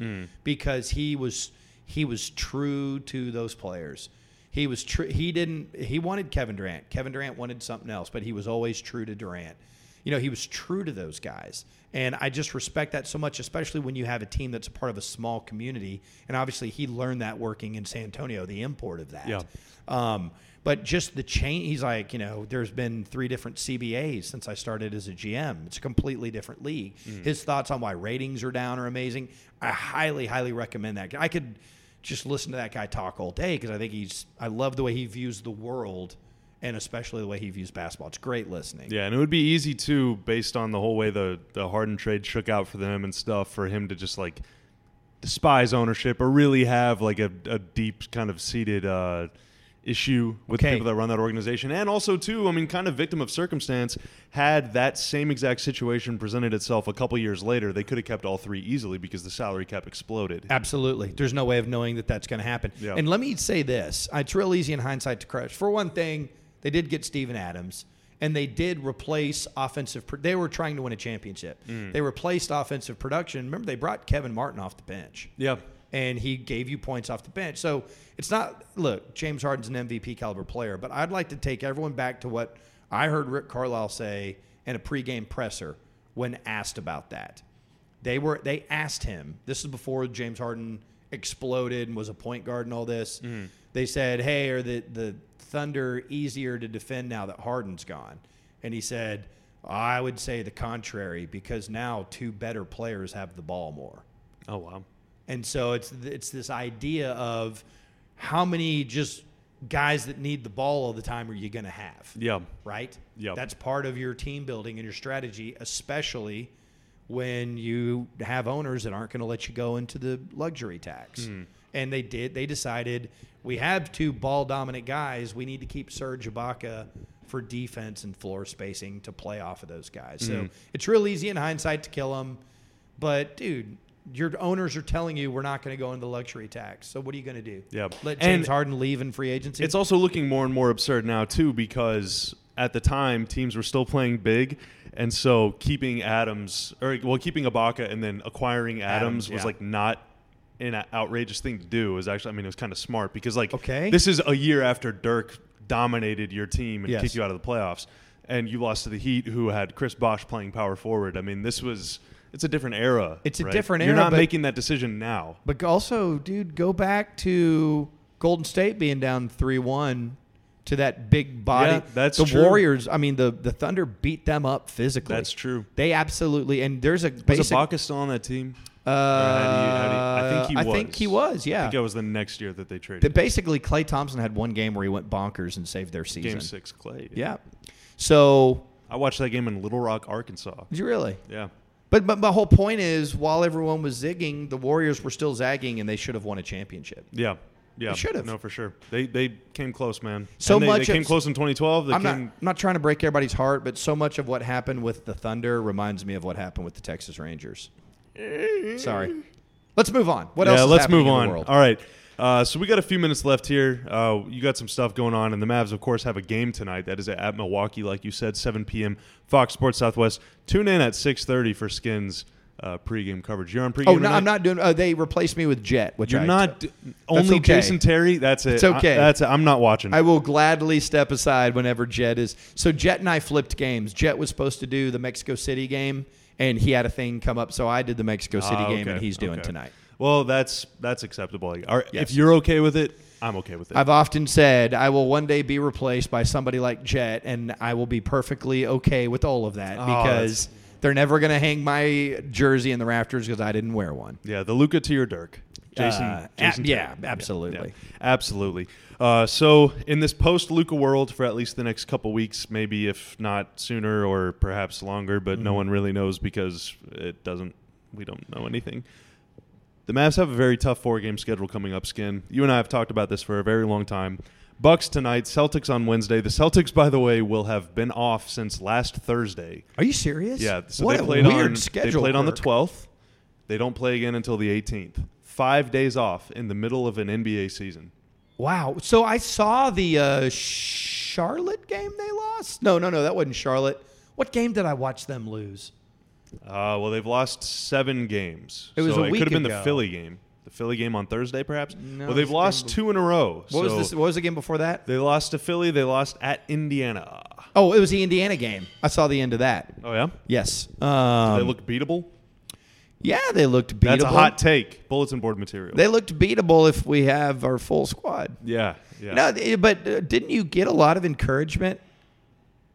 because he was he was true to those players. He was true. He didn't. He wanted Kevin Durant. Kevin Durant wanted something else, but he was always true to Durant. You know, he was true to those guys, and I just respect that so much, especially when you have a team that's a part of a small community. And obviously, he learned that working in San Antonio, the import of that.
Yeah.
Um, but just the change, he's like, you know, there's been three different CBAs since I started as a GM. It's a completely different league. His thoughts on why ratings are down are amazing. I highly, highly recommend that. I could just listen to that guy talk all day because I think he's, I love the way he views the world and especially the way he views basketball. It's great listening.
Yeah, and it would be easy too, based on the whole way the the Harden trade shook out for them and stuff, for him to just like despise ownership or really have like a, a deep kind of seated uh, issue with the
Okay.
people that run that organization. And also too, I mean, kind of victim of circumstance. Had that same exact situation presented itself a couple years later, they could have kept all three easily because the salary cap exploded.
Absolutely. There's no way of knowing that that's going to happen.
Yeah.
And let me say this it's real easy in hindsight to crush. For one thing, they did get Steven Adams and they did replace offensive. Pro- they were trying to win a championship. They replaced offensive production. Remember, they brought Kevin Martin off the bench
Yeah.
and he gave you points off the bench. So it's not look, James Harden's an MVP caliber player, but I'd like to take everyone back to what I heard Rick Carlisle say in a pregame presser when asked about that. They were they asked him, this is before James Harden exploded and was a point guard and all this. They said, "Hey, are the the Thunder easier to defend now that Harden's gone?" And he said, "I would say the contrary because now two better players have the ball more."
Oh wow.
And so it's th- it's this idea of how many just guys that need the ball all the time are you going to have,
Yeah.
right?
Yep.
That's part of your team building and your strategy, especially when you have owners that aren't going to let you go into the luxury tax.
Hmm.
And they did. They decided we have two ball dominant guys. We need to keep Serge Ibaka for defense and floor spacing to play off of those guys.
Hmm.
So it's real easy in hindsight to kill them. But dude, your owners are telling you we're not going to go into luxury tax. So what are you going to do?
Yep.
Let James
And-
Harden leave in free agency.
It's also looking more and more absurd now too because at the time teams were still playing big and so keeping Adams or well keeping Ibaka and then acquiring Adams,
Adams,
was
yeah.
like not an outrageous thing to do. It was actually I mean it was kind of smart because like
Okay.
this is a year after Dirk dominated your team and
Yes.
kicked you out of the playoffs and you lost to the Heat who had Chris Bosh playing power forward. I mean this was it's a different era.
It's a
right?
different
You're
era,
not
but-
making that decision now.
But also, dude, go back to Golden State being down three one to that big body.
Yeah, that's
the
true.
Warriors. I mean, the the Thunder beat them up physically.
That's true.
They absolutely and there's a
Was
basic.
Ibaka still on that team?
uh,
how do you- how do you- I think he
I think
was.
he was.
I
Yeah.
think it was the next year that they traded.
That basically, Clay Thompson had one game where he went bonkers and saved their season.
Game six, Clay.
Yeah. So
I watched that game in Little Rock, Arkansas.
did you really?
Yeah.
But, but my whole point is, while everyone was zigging, the Warriors were still zagging, and they should have won a championship.
Yeah. Yeah.
They should've.
No, for sure. They they came close, man.
So
And they,
much
They came
of-
close in 2012. They
I'm not,
came.
I'm not trying to break everybody's heart, but so much of what happened with the Thunder reminds me of what happened with the Texas Rangers. Sorry. Let's move on. What
yeah,
else? Is
let's
happening
move
in
on.
The world?
All right. Uh, so we got a few minutes left here. Uh, you got some stuff going on, and the Mavs, of course, have a game tonight. That is at Milwaukee, like you said, 7 p.m. Fox Sports Southwest. Tune in at 6:30 for Skins uh, pregame coverage. You're on pregame.
Oh no,
tonight?
I'm not doing. Uh, they replaced me with Jet, which
You're
I
not d- only
okay.
Jason Terry. That's it.
It's okay.
I, that's it. I'm not watching.
I will gladly step aside whenever Jet is. So Jet and I flipped games. Jet was supposed to do the Mexico City game, and he had a thing come up, so I did the Mexico City
Ah,
game,
okay,
and he's doing
okay.
tonight.
Well, that's that's acceptable. Like, all right,
Yes.
If you're okay with it, I'm okay with it.
I've often said I will one day be replaced by somebody like Jet, and I will be perfectly okay with all of that
Oh,
because they're never going to hang my jersey in the rafters because I didn't wear one.
yeah, the Luca to your Dirk. Jason,
Uh,
Jason
ab-
Terry.
yeah, absolutely.
absolutely. Uh, so, in this post Luca world, for at least the next couple weeks, maybe if not sooner or perhaps longer, but
Mm-hmm.
no one really knows because it doesn't. We don't know anything. The Mavs have a very tough four-game schedule coming up. Skin, you and I have talked about this for a very long time. Bucks tonight, Celtics on Wednesday. The Celtics, by the way, will have been off since last Thursday.
Are you serious?
Yeah, so
what
they
a
played
weird
on
schedule.
they played on the
Kirk.
12th. They don't play again until the 18th. 5 days off in the middle of an NBA season.
Wow. So I saw the uh, Charlotte game they lost. No, no, no, that wasn't Charlotte. What game did I watch them lose?
Uh, well, they've lost 7 games.
It was
so
a
it
week
could have been
ago.
the Philly game. The Philly game on Thursday perhaps?
No,
well, they've
it's
lost
been-
2 in a row.
What was
so
this? What was the game before that?
They lost to Philly, they lost at Indiana.
Oh, it was the Indiana game. I saw the end of that.
Oh yeah.
Yes. Um,
they look beatable.
yeah, they looked beatable.
That's a hot take. Bulletin board material.
They looked beatable if we have our full squad.
yeah, yeah.
No, th- but uh, didn't you get a lot of encouragement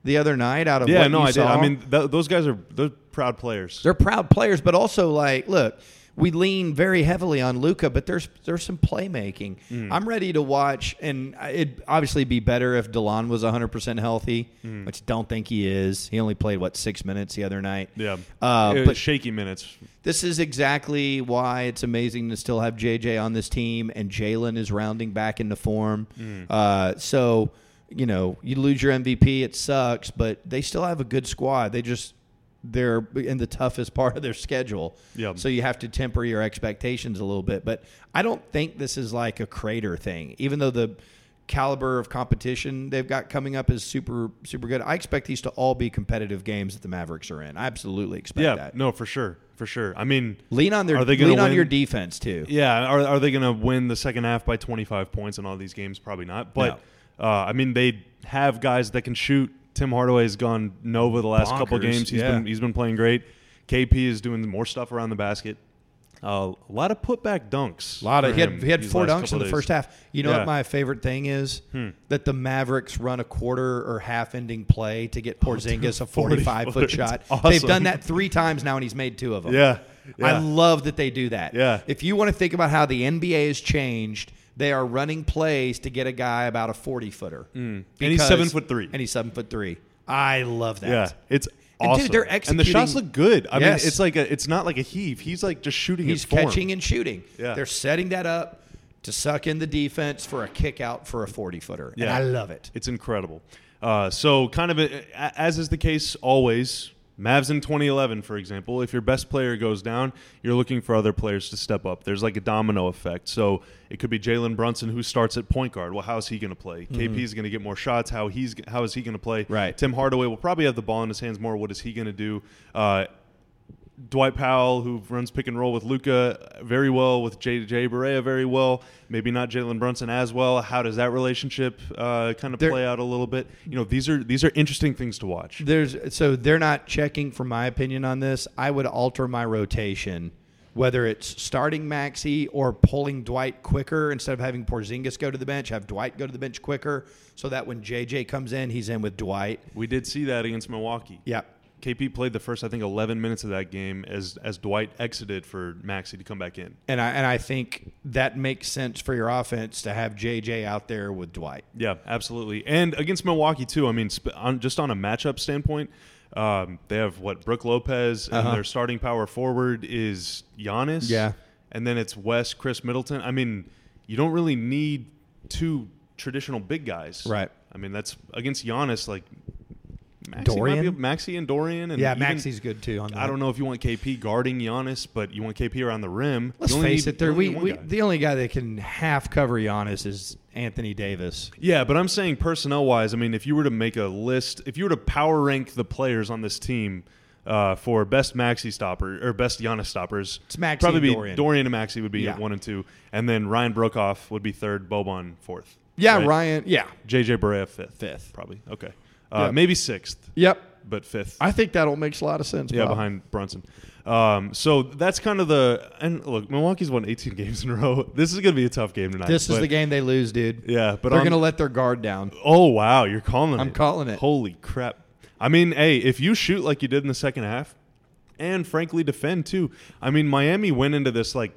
the other night out of
yeah,
what
no,
you
I did.
saw?
I mean, th- those guys are they're proud players.
They're proud players, but also like, look, we lean very heavily on Luca, but there's there's some playmaking.
Mm.
I'm ready to watch, and I- it'd obviously be better if Delon was 100 percent healthy,
Mm.
which don't think he is. He only played what six minutes the other night.
yeah.
uh,
It was
but
shaky minutes.
this is exactly why it's amazing to still have JJ on this team, and Jalen is rounding back into form. Uh, so, you know, you lose your MVP, it sucks, but they still have a good squad. They just they're in the toughest part of their schedule.
Yeah.
So you have to temper your expectations a little bit. But I don't think this is like a crater thing, even though the caliber of competition they've got coming up is super super good. I expect these to all be competitive games that the Mavericks are in. I absolutely expect
Yeah,
that.
no, for sure, for sure. I mean,
Lean on their
Are they gonna
lean on
win?
your defense too.
yeah, are, are they going to win the second half by 25 points in all these games? Probably not. But uh, I mean, they have guys that can shoot. Tim Hardaway has gone Nova the last couple
Bonkers,
games. He's
yeah.
been he's been playing great. KP is doing more stuff around the basket. Uh, a lot of putback dunks. for
he had
him
he had
these
four
last
dunks in
couple
the
days.
first half. You know
Yeah. Hmm.
what my favorite thing is that the Mavericks run a quarter or half ending play to
Oh,
get Porzingis a 45 foot
It's
shot.
awesome.
They've done that 3 times now and he's made 2 of them.
Yeah,
I
yeah.
love that they do that.
Yeah.
If you want to think about how the NBA has changed, they are running plays to get a guy about a 40 footer.
Hmm. And he's seven foot three.
And he's 7 foot 3. I love that.
Yeah, it's
And
awesome.
dude, they're
and the shots
executing-
look good. I
Yes.
mean, it's like a, it's not like a heave. He's like just shooting.
He's
his form.
catching and shooting.
Yeah.
They're setting that up to suck in the defense for a kick out for a 40 footer. And
Yeah.
I love it.
It's incredible. Uh, so, kind of a, a- as is the case always, Mavs in 2011, for example, if your best player goes down, you're looking for other players to step up. There's like a domino effect. So it could be Jalen Brunson who starts at point guard. Well, how is he going to play? KP is going to get more shots. How he's how is he going to play?
Right.
Tim Hardaway will probably have the ball in his hands more. What is he going to do? Uh, Dwight Powell, who runs pick and roll with Luca very well, with JJ Barea very well, maybe not Jalen Brunson as well. How does that relationship uh, kind of
There-
play out a little bit? You know, these are these are interesting things to watch.
There's so they're not checking for my opinion on this. I would alter my rotation, whether it's starting Maxi or pulling Dwight quicker instead of having Porzingis go to the bench, have Dwight go to the bench quicker, so that when JJ comes in, he's in with Dwight.
We did see that against Milwaukee.
Yeah.
KP played the first, I think, 11 minutes of that game as as Dwight exited for Maxi to come back in.
And I and I think that makes sense for your offense to have JJ out there with Dwight.
Yeah, absolutely. And against Milwaukee too. I mean, sp- on, just on a matchup standpoint, um, they have what Brooke Lopez and
Uh-huh.
their starting power forward is Giannis.
Yeah.
and then it's West Chris Middleton. I mean, you don't really need two traditional big guys,
Right.
I mean, that's against Giannis. Like, Maxi
Dorian?
Maxi and Dorian, and
Yeah,
even-
Maxi's good too. On that.
I don't know if you want KP guarding Giannis, but you want KP around the rim.
Let's
You only
face
need-
it, there
you only
we,
need one
we
guy.
the only guy that can half cover Giannis is Anthony Davis.
Yeah, but I'm saying personnel wise, I mean, if you were to make a list, if you were to power rank the players on this team uh, for best Maxi stopper or best Giannis stoppers,
It's Maxey
probably
and
be
Dorian.
and Maxi would be
Yeah.
one and two, and then Ryan Brokoff would be third, Boban fourth.
Yeah,
right.
Ryan. Yeah.
JJ Barea fifth,
Fifth.
probably. Okay, uh,
Yeah.
maybe sixth,
Yep.
but fifth.
I think that all makes a lot of sense.
yeah,
Bob.
behind Brunson. Um, so that's kind of the and look, Milwaukee's won 18 games in a row. This is going to be a tough game tonight.
This is
but-
the game they lose, dude.
Yeah, but
They're
on-
gonna let their guard down.
Oh wow, you're calling it.
I'm calling it.
Holy crap. I mean, hey, if you shoot like you did in the second half and frankly defend too. I mean, Miami went into this like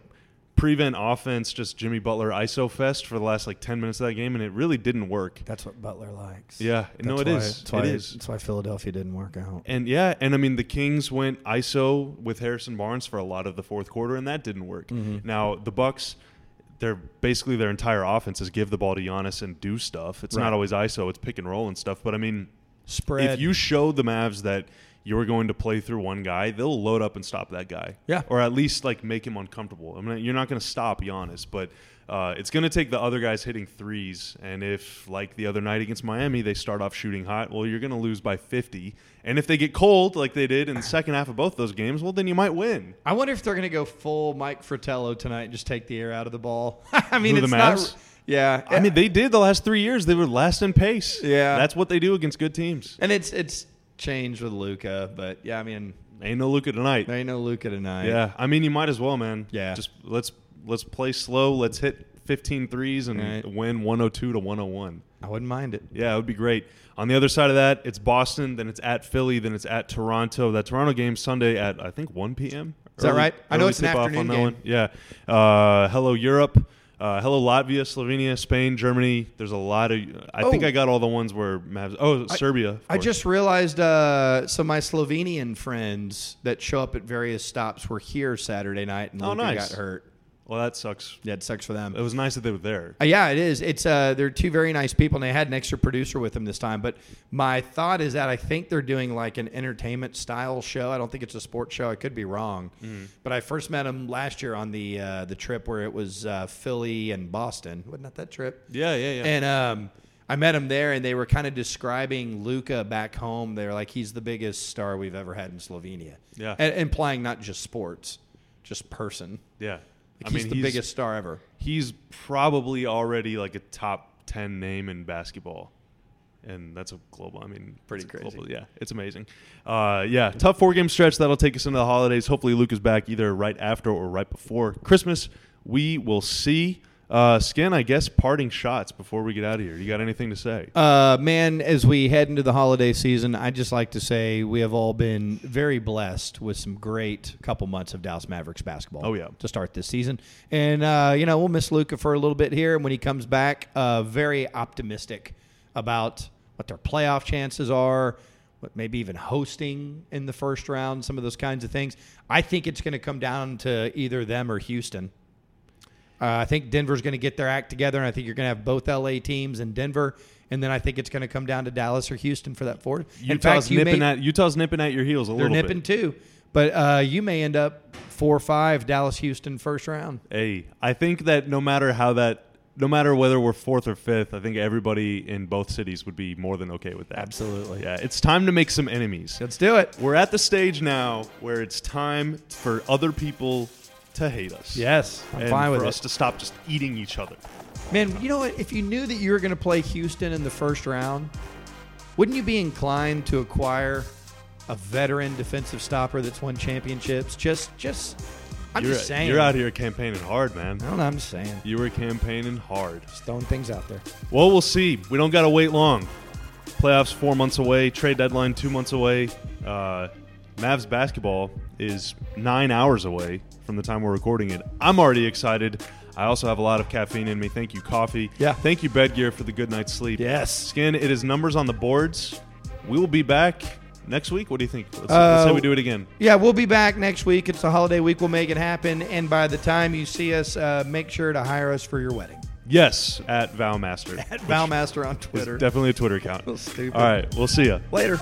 prevent offense just Jimmy Butler iso fest for the last like 10 minutes of that game and it really didn't work.
That's what Butler likes.
Yeah, no, it
why-
is.
That's why,
It is.
That's why Philadelphia didn't work out.
And yeah, and I mean the Kings went ISO with Harrison Barnes for a lot of the fourth quarter, and that didn't work.
Mm-hmm.
Now the Bucks, they're basically their entire offense is give the ball to Giannis and do stuff. It's
Right.
not always ISO; it's pick and roll and stuff. But I mean,
Spread.
if you show the Mavs that you're going to play through one guy, they'll load up and stop that guy.
Yeah.
Or at least like make him uncomfortable. I mean, you're not going to stop Giannis, but uh, it's going to take the other guys hitting threes. And if, like the other night against Miami, they start off shooting hot, well, you're going to lose by 50. And if they get cold, like they did in the second half of both those games, well, then you might win.
I wonder if they're going to go full Mike Fratello tonight and just take the air out of the ball. I mean,
Who, the
it's not.
Mavs?
Yeah,
I mean, they did the last three years. They were last in pace.
Yeah.
That's what they do against good teams.
and it's it's changed with Luca, but yeah, I mean,
Ain't no Luca tonight.
there ain't no Luca tonight.
Yeah, I mean you might as well, man.
Yeah.
just let's let's play slow. Let's hit 15 threes and
Right.
win 102 to 101.
I wouldn't mind it.
Yeah, it would be great. On the other side of that, it's Boston, then it's at Philly, then it's at Toronto. That Toronto game Sunday at I think 1 p.m.
Is that right? I know
early
it's an
tip-off
afternoon
that
game.
Yeah. Uh, hello Europe. Uh, hello Latvia, Slovenia, Spain, Germany. There's a lot of. I think
Oh.
I got all the ones where Mavs. Oh, Serbia. of
I
course.
just realized uh, so my Slovenian friends that show up at various stops were here Saturday night, and
Oh,
Luka
nice. Oh.
got hurt.
Well, that sucks.
Yeah, it sucks for them.
It was nice that they were there.
Uh, yeah, it is. It's uh, they're two very nice people, and they had an extra producer with them this time. But my thought is that I think they're doing like an entertainment style show. I don't think it's a sports show. I could be wrong, but I first met them last year on the uh, the trip where it was uh, Philly and Boston. Wasn't that that trip?
Yeah, yeah, yeah.
And um, I met him there, and they were kind of describing Luca back home. They were like, he's the biggest star we've ever had in Slovenia.
Yeah.
and, implying not just sports, just person.
yeah.
Like, he's the biggest star ever.
he's probably already like a top 10 name in basketball and that's a global i mean
Pretty
it's a
crazy.
global- yeah it's amazing uh, yeah tough four game stretch that'll take us into the holidays hopefully luke is back either right after or right before christmas we will see uh, skin i guess parting shots before we get out of here you got anything to say
Uh, man, as we head into the holiday season, I'd just like to say we have all been very blessed with some great couple months of Dallas Mavericks basketball.
Oh, yeah.
To start this season. And, uh, you know, we'll miss Luca for a little bit here. And when he comes back, uh, very optimistic about what their playoff chances are, what maybe even hosting in the first round, some of those kinds of things. I think it's going to come down to either them or Houston. Uh, I think Denver's going to get their act together, and I think you're going to have both LA teams and Denver, and then I think it's going to come down to Dallas or Houston for that fourth. In
utah's
fact, you
nipping
may-
at utah's nipping at your heels a
they're
little
nipping
bit
too, but uh, you may end up four or five Dallas Houston first round.
hey i think that no matter how that no matter whether we're fourth or fifth, I think everybody in both cities would be more than okay with that.
Absolutely.
Yeah, it's time to make some enemies.
Let's do it.
We're at the stage now where it's time for other people to hate us.
Yes, I'm
and
fine with
for
it.
us to stop just eating each other.
Man, you know what? If you knew that you were going to play Houston in the first round, wouldn't you be inclined to acquire a veteran defensive stopper that's won championships? Just, just, I'm
you're,
just saying.
You're out here campaigning hard, man.
I don't know. I'm just saying.
You were campaigning hard.
Just throwing things out there.
Well, we'll see. We don't got to wait long. Playoffs four months away. Trade deadline two months away. Uh, Mavs basketball is nine hours away from the time we're recording it. I'm already excited. I also have a lot of caffeine in me. Thank you, coffee.
Yeah.
Thank you, bed gear, for the good night's sleep.
Yes.
Skin, it is numbers on the boards. We will be back next week. What do you think? Let's,
Uh,
let's say we do it again.
Yeah, we'll be back next week. It's a holiday week. We'll make it happen. And by the time you see us, uh, make sure to hire us for your wedding.
Yes, at Valmaster.
At Valmaster on Twitter.
Definitely a Twitter account.
So stupid.
All right, we'll see ya.
Later.